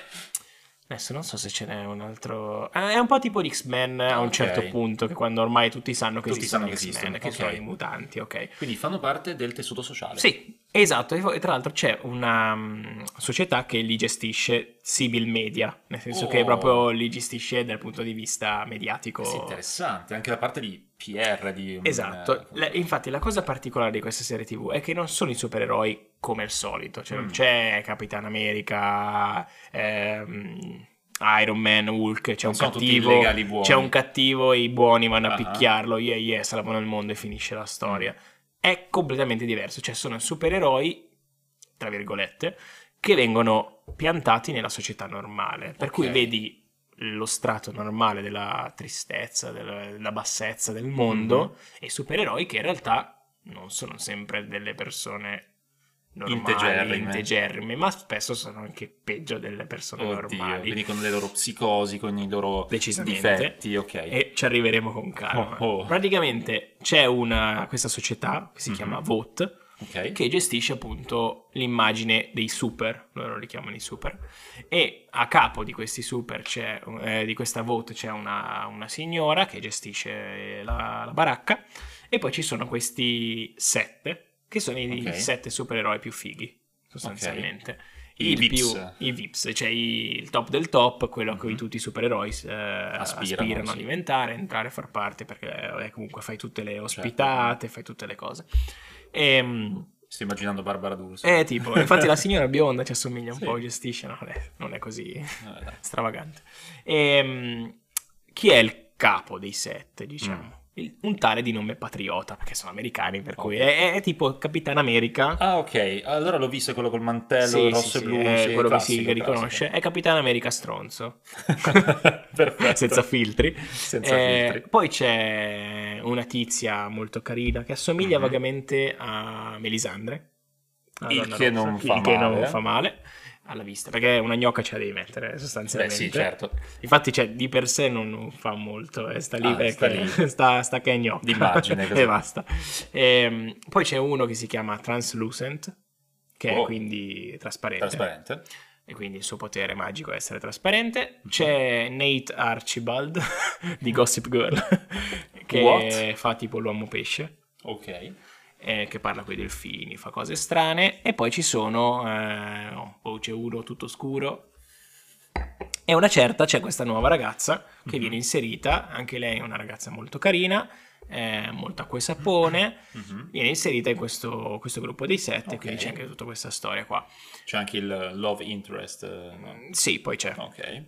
B: Adesso non so se ce n'è un altro... eh, È un po' tipo gli X-Men a un
A: Ok.
B: certo punto, che quando ormai tutti sanno che
A: Tutti
B: esistono
A: sanno
B: gli
A: che
B: X-Men,
A: esistono,
B: che
A: ok.
B: sono i mutanti, ok?
A: Quindi fanno parte del tessuto sociale.
B: Sì, esatto. E fo- e tra l'altro c'è una mm, società che li gestisce civil media, nel senso che
A: Oh.
B: proprio li gestisce dal punto di vista mediatico.
A: Questo è interessante, anche la parte di PR, di... un-
B: Esatto,
A: eh,
B: La- infatti la cosa particolare di questa serie tv è che non sono i supereroi come al solito, cioè non
A: Mm.
B: c'è Capitan America, ehm, Iron Man, Hulk, c'è
A: Non
B: un
A: sono tutti
B: cattivo,
A: illegali buoni.
B: c'è un cattivo e i buoni vanno a
A: Ah.
B: picchiarlo, yeah yeah, salvano il mondo e finisce la storia.
A: Mm.
B: È completamente diverso, cioè sono supereroi, tra virgolette, che vengono piantati nella società normale, per
A: Ok.
B: cui vedi lo strato normale della tristezza, della, della bassezza del
A: Mm-hmm.
B: mondo e supereroi che in realtà non sono sempre delle persone normali,
A: Integerrime.
B: integerrime, ma spesso sono anche peggio delle persone
A: Oddio,
B: normali.
A: quindi con le loro psicosi, con i loro
B: Decisamente.
A: difetti, ok.
B: E ci arriveremo con calma.
A: Oh, oh.
B: Praticamente c'è una, questa società che si
A: Mhm.
B: chiama VOT
A: ok.
B: che gestisce appunto l'immagine dei super, loro li chiamano i super, e a capo di questi super c'è, eh, di questa vote c'è una, una signora che gestisce la, la baracca e poi ci sono questi sette, che sono i
A: Ok.
B: sette supereroi più fighi sostanzialmente.
A: I
B: Il
A: Vips.
B: più- i Vips, cioè i- il top del top, quello a cui
A: Mhm.
B: tutti i supereroi eh, aspirano, a
A: sì.
B: diventare, entrare a far parte, perché eh, comunque fai tutte le
A: Certo.
B: ospitate, fai tutte le cose. Ehm,
A: Sto immaginando Barbara D'Urso.
B: eh, tipo, infatti la signora bionda ci assomiglia un
A: Esatto. Sì.
B: po', gestisce, no, non è- non è così
A: Eh, dai.
B: stravagante. Ehm, chi è il capo dei sette, diciamo?
A: Mm.
B: Il- un tale di nome Patriota, perché sono americani, per cui
A: Ok.
B: è, è tipo Capitan America.
A: Ah, ok. Allora l'ho visto, è quello col mantello
B: Sì,
A: Eh, rosso
B: sì,
A: e
B: sì,
A: blu.
B: è
A: sì,
B: quello che si
A: classico,
B: riconosce, è Capitan America stronzo,
A: classico. Perfetto.
B: senza filtri.
A: Senza
B: Eh,
A: filtri.
B: Poi c'è una tizia molto carina che assomiglia
A: Mhm.
B: vagamente a Melisandre. la
A: Il
B: donna
A: che
B: rossa,
A: non
B: il
A: fa
B: che non
A: male. eh.
B: fa male. alla vista, perché una gnocca ce la devi mettere
A: Beh,
B: eh, sostanzialmente.
A: sì, certo.
B: Infatti cioè, di per sé non, non fa molto, eh, sta lì,
A: Ah,
B: eh,
A: sta
B: che-
A: lì.
B: sta- sta che è gnocca.
A: D'immagine, così.
B: e basta. Ehm, poi c'è uno che si chiama Translucent, che
A: Oh.
B: è quindi trasparente.
A: Trasparente.
B: E quindi il suo potere magico è essere trasparente. C'è Nate Archibald di Gossip Girl, che
A: What?
B: fa tipo l'uomo pesce
A: Ok.
B: eh, che parla con i delfini, fa cose strane. E poi ci sono, eh, oh, oh, c'è uno tutto scuro. E una certa c'è questa nuova ragazza che
A: Mhm.
B: viene inserita, anche lei è una ragazza molto carina, eh, molto acqua e sapone,
A: Mhm.
B: viene inserita in questo, questo gruppo dei sette,
A: Ok.
B: quindi c'è anche tutta questa storia qua.
A: C'è anche il love interest. eh, no?
B: Sì, poi c'è.
A: Ok.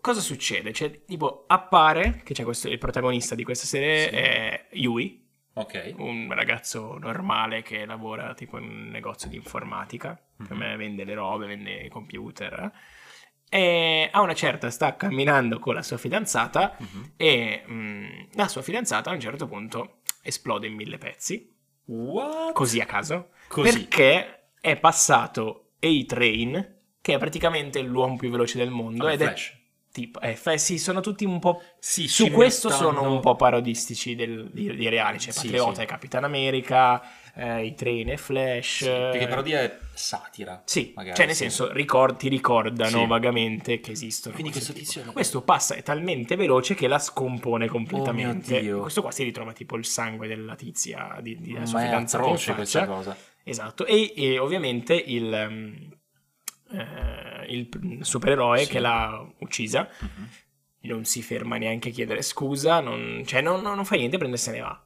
B: Cosa succede? Cioè, tipo, appare che c'è questo, il protagonista di questa serie,
A: Sì.
B: è Yui,
A: Ok.
B: un ragazzo normale che lavora tipo in un negozio di informatica, per
A: Mhm.
B: me vende le robe, vende i computer. eh. E a una certa sta camminando con la sua fidanzata
A: Mhm.
B: e mm, la sua fidanzata a un certo punto esplode in mille pezzi,
A: What?
B: così a caso,
A: Così.
B: perché è passato A-Train, che è praticamente l'uomo più veloce del mondo,
A: Vabbè,
B: ed è
A: Ah, Flash.
B: tipo, eh, fa- sì, sono tutti un po'
A: Sì,
B: su questo
A: cinettando-
B: sono un po' parodistici del- di, di reali, c'è
A: Sì,
B: Patriota
A: sì.
B: e Capitan America, eh, i treni e Flash.
A: Sì,
B: eh,
A: perché parodia è satira.
B: sì,
A: magari,
B: cioè nel
A: sì.
B: senso ricor- ti ricordano
A: Sì.
B: vagamente che esistono.
A: Quindi questo
B: tipo.
A: tizio era-
B: Questo passa è talmente veloce che la scompone completamente.
A: Oh mio Dio.
B: Questo qua si ritrova tipo il sangue della tizia, di, di- della sua
A: Ma è
B: fidanzata in
A: atroce questa
B: faccia.
A: cosa.
B: Esatto, e, e ovviamente il, ehm, eh, il supereroe
A: Sì.
B: che l'ha uccisa
A: Mhm.
B: non si ferma neanche a chiedere scusa, non, cioè non, non- non fa niente, prende e se ne va.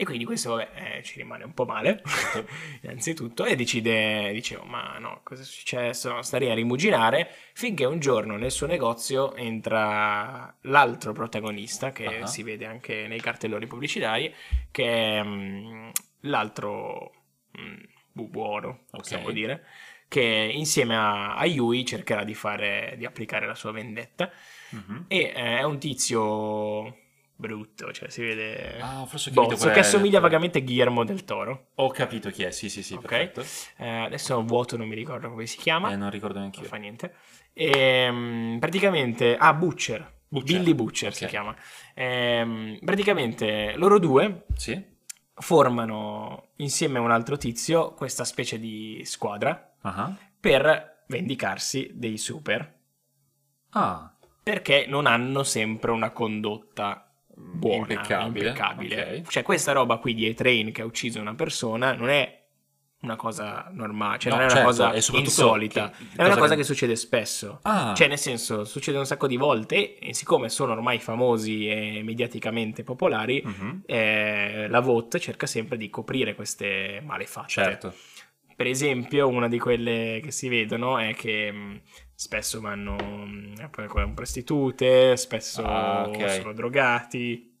B: E quindi questo vabbè, eh, ci rimane un po' male,
A: Certo.
B: innanzitutto, e decide, dicevo, ma no, cosa è successo? No, starei a rimuginare, finché un giorno nel suo negozio entra l'altro protagonista, che
A: Ah.
B: si vede anche nei cartelloni pubblicitari, che è mm, l'altro mm, bu- buono, possiamo
A: Ok.
B: dire, che insieme a, a Yui cercherà di, fare, di applicare la sua vendetta.
A: Mhm.
B: E eh, è un tizio brutto, cioè si vede...
A: Ah, forse ho capito
B: Bozzo,
A: qual
B: che
A: è.
B: assomiglia vagamente a Guillermo del Toro.
A: Ho capito chi è, sì, sì, sì,
B: Ok.
A: perfetto.
B: Eh, adesso vuoto non mi ricordo come si chiama,
A: Eh, non ricordo
B: non
A: neanche io.
B: fa niente. Ehm, praticamente... Ah, Butcher.
A: Butcher.
B: Billy Butcher si
A: Ok.
B: chiama. Ehm, praticamente loro due
A: Sì?
B: formano insieme a un altro tizio questa specie di squadra
A: Ah.
B: per vendicarsi dei super
A: Ah,
B: perché non hanno sempre una condotta buona,
A: Impeccabile,
B: impeccabile.
A: ok.
B: Cioè questa roba qui di A-Train che ha ucciso una persona non è una cosa normale, cioè
A: No,
B: non è
A: certo,
B: una cosa
A: è soprattutto
B: insolita,
A: che-
B: è una
A: cosa
B: cosa
A: che-
B: che succede spesso.
A: ah.
B: Cioè, nel senso, succede un sacco di volte e siccome sono ormai famosi e mediaticamente popolari,
A: Mhm.
B: eh, la VOT cerca sempre di coprire queste malefatte.
A: certo.
B: Per esempio, una di quelle che si vedono è che mh, spesso vanno mh, con prostitute, spesso
A: Ah, ok.
B: sono drogati.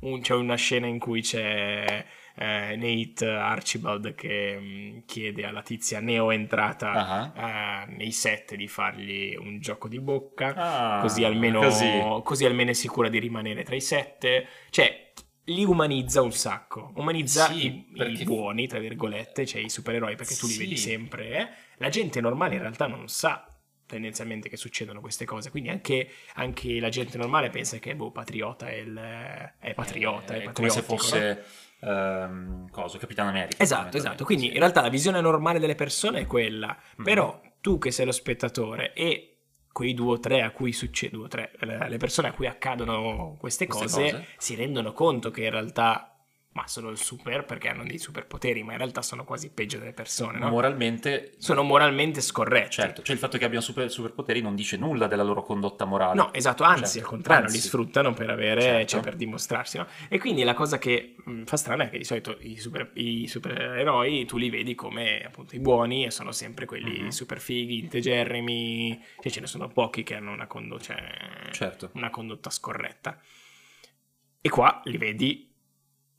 B: Un- c'è una scena in cui c'è eh, Nate Archibald che mh, chiede alla tizia neoentrata
A: Ah.
B: eh, nei set di fargli un gioco di bocca.
A: Ah,
B: Così almeno,
A: così.
B: così almeno è sicura di rimanere tra i sette. Cioè, li umanizza un sacco. Umanizza
A: Sì,
B: i, i
A: perché-
B: buoni, tra virgolette, cioè i supereroi, perché tu li
A: Sì.
B: vedi sempre. eh. La gente normale in realtà non sa tendenzialmente che succedono queste cose. Quindi anche, anche la gente normale pensa che boh, patriota è, il, è patriota.
A: Eh,
B: è
A: come se
B: patriottico, no?
A: fosse ehm, cosa, Capitano America.
B: Esatto, esatto. Quindi in
A: Sì.
B: realtà la visione normale delle persone è quella,
A: Mhm.
B: però tu che sei lo spettatore e quei due o tre a cui succede, due o tre, eh, le persone a cui accadono queste
A: Queste
B: cose,
A: cose.
B: si rendono conto che in realtà ma sono il super perché hanno dei superpoteri, ma in realtà sono quasi peggio delle persone, no?
A: moralmente
B: sono moralmente scorretti.
A: certo, cioè il fatto che abbiano super- superpoteri non dice nulla della loro condotta morale.
B: No, esatto, anzi,
A: Certo,
B: al contrario,
A: anzi.
B: li sfruttano per avere,
A: Certo.
B: cioè per dimostrarsi, no? E quindi la cosa che mh, fa strano è che di solito i, super- i supereroi tu li vedi come appunto i buoni e sono sempre quelli
A: Mhm.
B: super fighi, integerrimi, cioè ce ne sono pochi che hanno una, condo- cioè,
A: Certo.
B: una condotta scorretta. E qua li vedi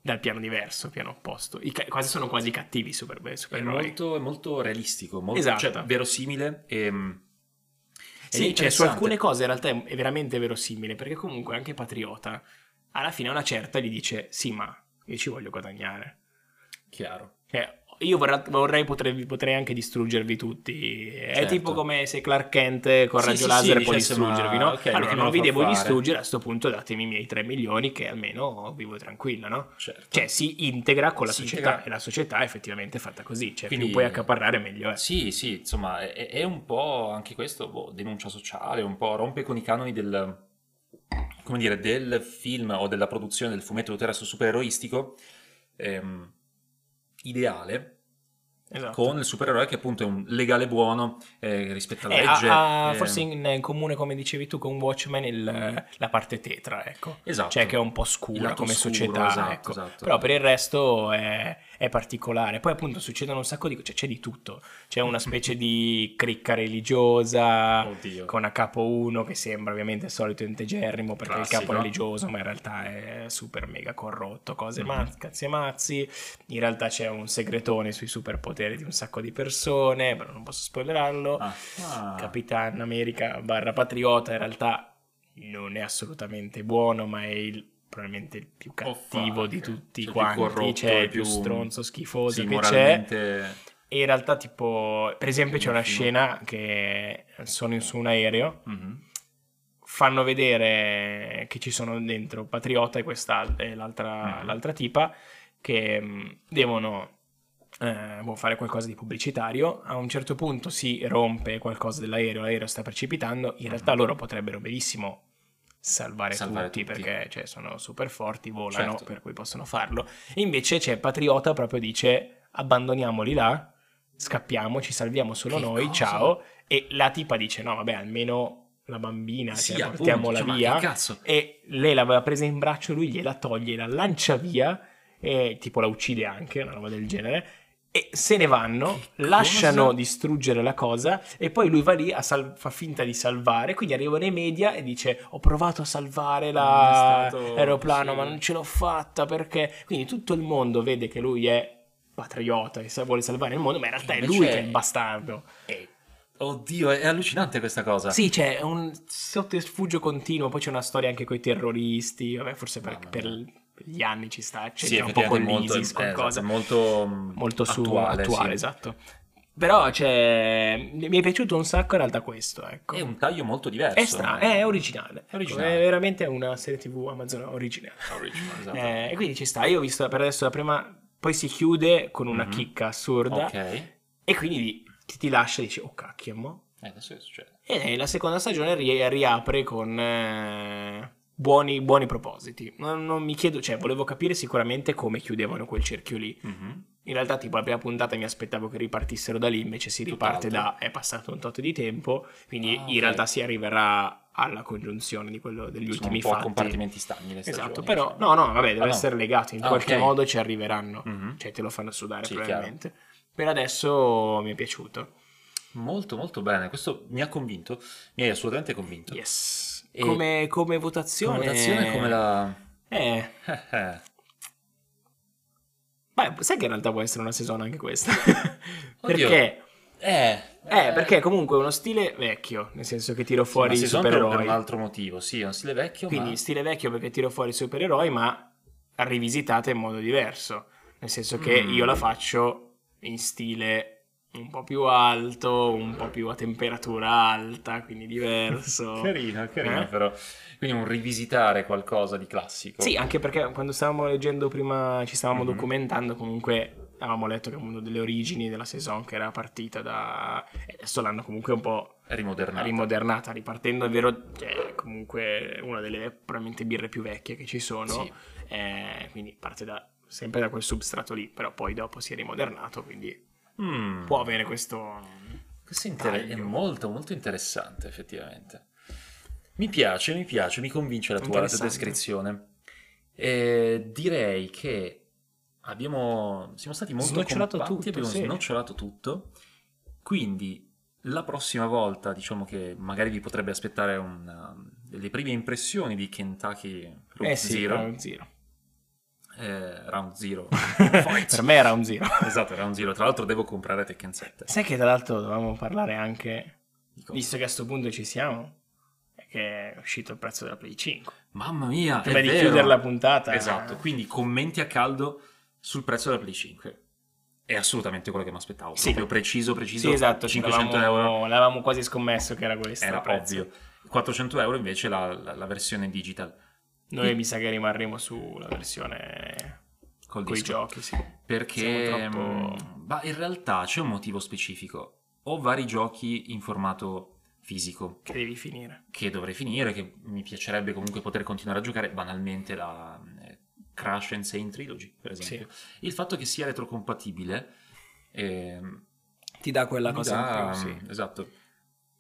B: dal piano diverso, piano opposto. I ca- quasi sono quasi cattivi i super-
A: È
B: supereroi.
A: molto, è molto realistico, molto
B: Esatto.
A: cioè, verosimile ehm, e mh, ed è
B: Sì, cioè su
A: interessante.
B: alcune cose in realtà è è veramente verosimile, perché comunque anche Patriota alla fine a una certa gli dice sì, ma io ci voglio guadagnare.
A: chiaro.
B: Cioè, Io vorrà- vorrei, potrei, potrei anche distruggervi tutti. È
A: Certo.
B: tipo come se Clark Kent con
A: Sì,
B: raggio
A: sì,
B: laser
A: sì,
B: può
A: dicesse,
B: distruggervi,
A: ma-
B: no?
A: ok,
B: allora
A: perché
B: non
A: me lo
B: vi
A: fa
B: devo
A: fare?
B: distruggere, a questo punto datemi i miei 3 milioni che almeno vivo tranquillo, no?
A: Certo.
B: Cioè si integra con la
A: Si
B: società
A: integra.
B: e la società è effettivamente fatta così, cioè
A: Quindi-
B: più puoi accaparrare meglio è.
A: Sì, sì, insomma, è, è un po' anche questo, boh, denuncia sociale, un po' rompe con i canoni del, come dire, del film o della produzione del fumetto terrestre supereroistico ehm, ideale,
B: Esatto.
A: con il supereroe che appunto è un legale buono eh, rispetto alla
B: Eh,
A: legge.
B: ha- ha
A: eh,
B: forse in, in comune, come dicevi tu, con Watchmen il- la parte tetra, ecco.
A: Esatto.
B: Cioè che è un po'
A: Il
B: scura
A: lato
B: come
A: oscuro,
B: società,
A: esatto,
B: ecco.
A: esatto.
B: Però per il resto è, è particolare. Poi appunto succedono un sacco di cose, c'è di tutto. C'è una specie di cricca religiosa
A: Oddio.
B: con a capo uno che sembra ovviamente il solito integerrimo perché è il
A: Classico.
B: capo religioso, ma in realtà è super mega corrotto, cose
A: Mhm.
B: mazzi, cazzi e mazzi. In realtà c'è un segretone sui superpoteri di un sacco di persone, però non posso spoilerarlo.
A: Ah, ah.
B: Capitan America barra patriota in realtà non è assolutamente buono, ma è il- probabilmente il più
A: Oh,
B: cattivo
A: fuck.
B: di
A: Cioè, il
B: tutti
A: più
B: quanti,
A: corrotto,
B: cioè il più
A: più-
B: stronzo schifoso
A: sì,
B: che c'è.
A: moralmente...
B: E in realtà tipo, per esempio c'è una
A: Sì.
B: scena che sono in- su un aereo,
A: Mhm.
B: fanno vedere che ci sono dentro Patriota e, questa, e l'altra,
A: Mhm.
B: l'altra tipa che mh, devono eh, boh, fare qualcosa di pubblicitario. A un certo punto si rompe qualcosa dell'aereo, l'aereo sta precipitando. In realtà
A: Mhm.
B: loro potrebbero benissimo salvare,
A: Salvare
B: tutti,
A: tutti.
B: perché cioè, sono super forti, volano,
A: Certo.
B: per cui possono farlo. E invece c'è Patriota proprio dice abbandoniamoli là, scappiamo, ci salviamo solo
A: Che
B: noi,
A: cosa?
B: ciao. E la tipa dice no, vabbè, almeno la bambina,
A: Sì,
B: cioè,
A: appunto,
B: portiamola
A: cioè, ma
B: via.
A: che cazzo?
B: E lei l'aveva presa in braccio, lui gliela toglie, la lancia via e tipo la uccide anche, una roba del genere. E se ne vanno,
A: Che
B: lasciano
A: cosa?
B: distruggere la cosa e poi lui va lì, a sal- fa finta di salvare, quindi arrivano i media e dice ho provato a salvare
A: Non è stato-
B: l'aeroplano
A: sì.
B: ma non ce l'ho fatta perché... Quindi tutto il mondo vede che lui è patriota e sa- vuole salvare il mondo, ma in realtà è
A: Invece
B: lui
A: è-
B: che è il bastardo.
A: Oddio, è, è allucinante questa cosa.
B: Sì, c'è un sotterfugio continuo, poi c'è una storia anche con i terroristi, vabbè, forse per,
A: Mamma
B: per gli anni ci sta, c'è
A: Sì,
B: un po' con
A: effettivamente molto-
B: l'ISIS,
A: eh, esatto,
B: qualcosa.
A: è molto, mm,
B: molto su- attuale,
A: attuale, sì.
B: esatto. Però c'è, mi è piaciuto un sacco in realtà questo, ecco.
A: È un taglio molto diverso.
B: È stra- è originale.
A: È originale.
B: Ecco, È veramente una serie TV Amazon originale.
A: Original, esatto.
B: Eh, e quindi ci sta. Io ho visto per adesso la prima, poi si chiude con una
A: Mhm.
B: chicca assurda
A: Ok. Eh,
B: e quindi ti, ti lascia e dici, oh cacchio, mo'.
A: adesso che succede?
B: E la seconda stagione ri- riapre con eh, buoni, buoni propositi. Non, non mi chiedo, cioè, volevo capire sicuramente come chiudevano quel cerchio lì.
A: Mhm.
B: In realtà, tipo, la prima puntata mi aspettavo che ripartissero da lì, invece si riparte da
A: Tutt'altro.
B: è passato un tot di tempo, quindi
A: Ah,
B: in
A: ok.
B: realtà si arriverà alla congiunzione di quello degli
A: Sono
B: ultimi
A: un po' a
B: fatti.
A: compartimenti stagni le stagioni,
B: Esatto, però
A: insomma.
B: no, no, vabbè, deve
A: Ah, no.
B: essere legato, in
A: Ah,
B: qualche
A: ok.
B: modo ci arriveranno.
A: Mhm.
B: Cioè, te lo fanno sudare
A: Sì,
B: probabilmente. Per adesso mi è piaciuto.
A: Molto, molto bene. Questo mi ha convinto. Mi hai assolutamente convinto.
B: Yes.
A: Certo. E-
B: Come, come
A: Come
B: votazione...
A: votazione, come la...
B: Eh,
A: Eh, eh.
B: beh, sai che in realtà può essere una sesona anche questa. perché?
A: Eh,
B: Eh, perché comunque è uno stile vecchio, nel senso che tiro fuori
A: Ma
B: i
A: si sono per, per un
B: supereroi.
A: altro motivo, sì, è un stile vecchio,
B: Quindi
A: ma...
B: stile vecchio perché tiro fuori i supereroi, ma rivisitate in modo diverso. Nel senso che
A: Mm.
B: io la faccio in stile un po' più alto, un po' più a temperatura alta, quindi diverso.
A: Carino, carino
B: Eh?
A: però. Quindi un rivisitare qualcosa di classico.
B: Sì, anche perché quando stavamo leggendo prima, ci stavamo
A: Mhm.
B: documentando, comunque avevamo letto che una delle origini della saison che era partita da... e adesso l'hanno comunque un po'
A: Rimodernato.
B: rimodernata, ripartendo, è vero, è comunque una delle probabilmente birre più vecchie che ci sono,
A: Sì.
B: eh, quindi parte da, sempre da quel substrato lì, però poi dopo si è rimodernato, quindi
A: Mm.
B: può avere questo...
A: Questo è, inter- è
B: Taglio.
A: molto, molto interessante, effettivamente. Mi piace, mi piace, mi convince la tua, la tua
B: Interessante.
A: descrizione. Eh, direi che abbiamo, siamo stati molto
B: Snocciolato
A: compatti,
B: tutto,
A: abbiamo
B: sì.
A: snocciolato tutto, quindi la prossima volta diciamo che magari vi potrebbe aspettare una- delle prime impressioni di Kentucky Route
B: eh sì,
A: Zero,
B: era un zero.
A: eh, Round Zero, Fight.
B: per me era un zero.
A: esatto, Round Zero, tra l'altro devo comprare Tekken 7.
B: Sai che tra l'altro dovevamo parlare anche...
A: Dico,
B: Visto che a sto punto ci siamo, è che è uscito il prezzo della Play 5.
A: Mamma mia, è
B: Prima di
A: vero.
B: chiudere la puntata. eh,
A: Esatto, quindi commenti a caldo sul prezzo della Play 5. è assolutamente quello che mi aspettavo.
B: Sì.
A: Proprio preciso, preciso.
B: Sì, esatto, ci
A: 500
B: l'avevamo-
A: euro
B: L'avevamo quasi scommesso che era questo. il
A: era
B: prezzo.
A: ovvio. 400 euro invece la, la- la versione digital
B: Noi mi sa che rimarremo sulla versione
A: col
B: con i
A: disco.
B: giochi, sì.
A: Perché
B: Siamo troppo-
A: mh, ma in realtà c'è un motivo specifico. Ho vari giochi in formato fisico
B: Che devi finire.
A: che dovrei finire, che mi piacerebbe comunque poter continuare a giocare, banalmente la eh, Crash and Sane Trilogy, per esempio. Il fatto che sia retrocompatibile ehm,
B: Ti dà quella
A: mi
B: cosa
A: dà-
B: in più, sì.
A: Esatto.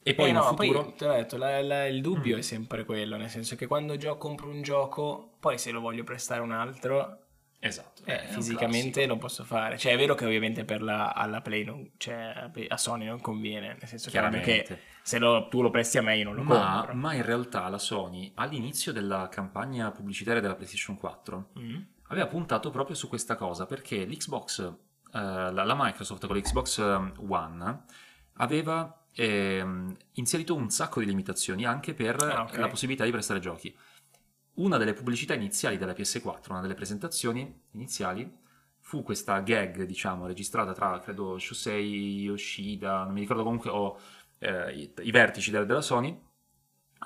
A: E poi
B: Eh
A: in
B: no,
A: futuro...
B: poi, te l'ho detto, la- la- il dubbio
A: Mm.
B: è sempre quello, nel senso che quando gio- compro un gioco, poi se lo voglio prestare un altro,
A: Esatto.
B: eh,
A: è un
B: fisicamente
A: classico.
B: lo posso fare. Cioè è vero che ovviamente per la, alla Play, non- cioè a Sony non conviene, nel senso che
A: Chiaramente.
B: anche se lo- tu lo presti a me io non lo
A: Ma,
B: compro.
A: ma in realtà la Sony all'inizio della campagna pubblicitaria della PlayStation 4
B: Mm.
A: aveva puntato proprio su questa cosa perché l'Xbox, eh, la, la Microsoft con l'Xbox eh, One aveva ehm, inserito un sacco di limitazioni anche per
B: Ah, ok.
A: la possibilità di prestare giochi. Una delle pubblicità iniziali della PS4, una delle presentazioni iniziali, fu questa gag, diciamo, registrata tra, credo, Shusei, Yoshida, non mi ricordo comunque, o eh, i, i vertici della, della Sony,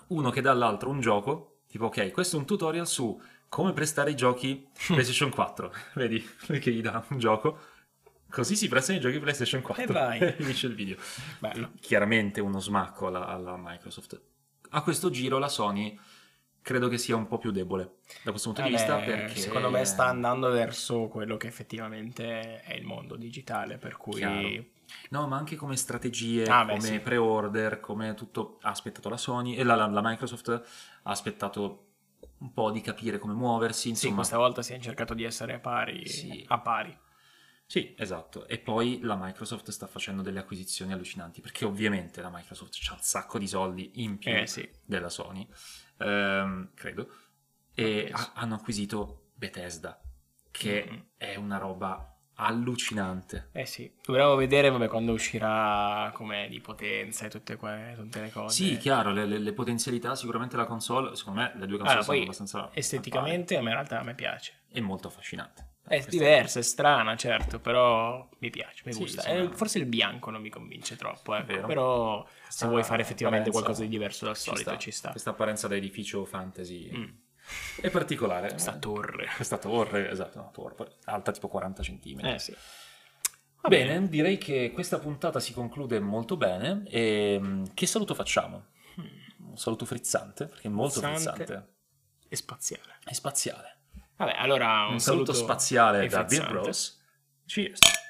A: uno che dà all'altro un gioco, tipo, ok, questo è un tutorial su come prestare i giochi
B: Hm.
A: PlayStation 4. Vedi, lui che gli dà un gioco, così si prestano i giochi PlayStation 4.
B: E vai. Eh.
A: finisce il video.
B: Bello.
A: Chiaramente uno smacco alla, alla Microsoft. A questo giro la Sony credo che sia un po' più debole da questo punto di
B: Eh,
A: vista perché...
B: Secondo me sta andando verso quello che effettivamente è il mondo digitale, per cui...
A: Chiaro. No, ma anche come strategie,
B: Ah, beh,
A: come
B: sì.
A: pre-order, come tutto ha aspettato la Sony e la, la- la Microsoft ha aspettato un po' di capire come muoversi,
B: Sì,
A: insomma.
B: questa volta si è cercato di essere a pari,
A: Sì.
B: a pari.
A: Sì, esatto. E poi la Microsoft sta facendo delle acquisizioni allucinanti, perché ovviamente la Microsoft ha un sacco di soldi in più
B: Eh sì,
A: della Sony, ehm, credo, e
B: Ah, Penso.
A: ha- hanno acquisito Bethesda, che
B: Mm.
A: è una roba allucinante.
B: eh sì. Dovremmo vedere vabbè, quando uscirà com'è di potenza e tutte, que- tutte le cose.
A: Sì, chiaro, le, le- le potenzialità sicuramente la console, secondo me le due console sono
B: Allora, Ah, poi
A: abbastanza...
B: Esteticamente a me in realtà a me piace.
A: pari. È molto affascinante.
B: È
A: Questa-
B: diversa, è strana, certo, però mi piace, mi
A: Sì,
B: gusta.
A: sì,
B: Eh,
A: ma-
B: forse il bianco non mi convince troppo, ecco,
A: Vero.
B: però se
A: questa
B: vuoi fare effettivamente
A: apparenza-
B: qualcosa di diverso dal solito
A: sta.
B: ci sta.
A: Questa apparenza da edificio fantasy
B: Mm.
A: è particolare.
B: Questa torre.
A: Questa torre, esatto, una torre poi alta tipo 40 cm.
B: Eh sì.
A: Va bene, direi che questa puntata si conclude molto bene. E, mm, che saluto facciamo?
B: Mm.
A: Un saluto frizzante, perché è molto
B: Frizzante.
A: frizzante.
B: E spaziale.
A: È spaziale.
B: Vabbè, allora
A: Un, saluto, spaziale da Bill
B: frizzante.
A: Bros. Cheers.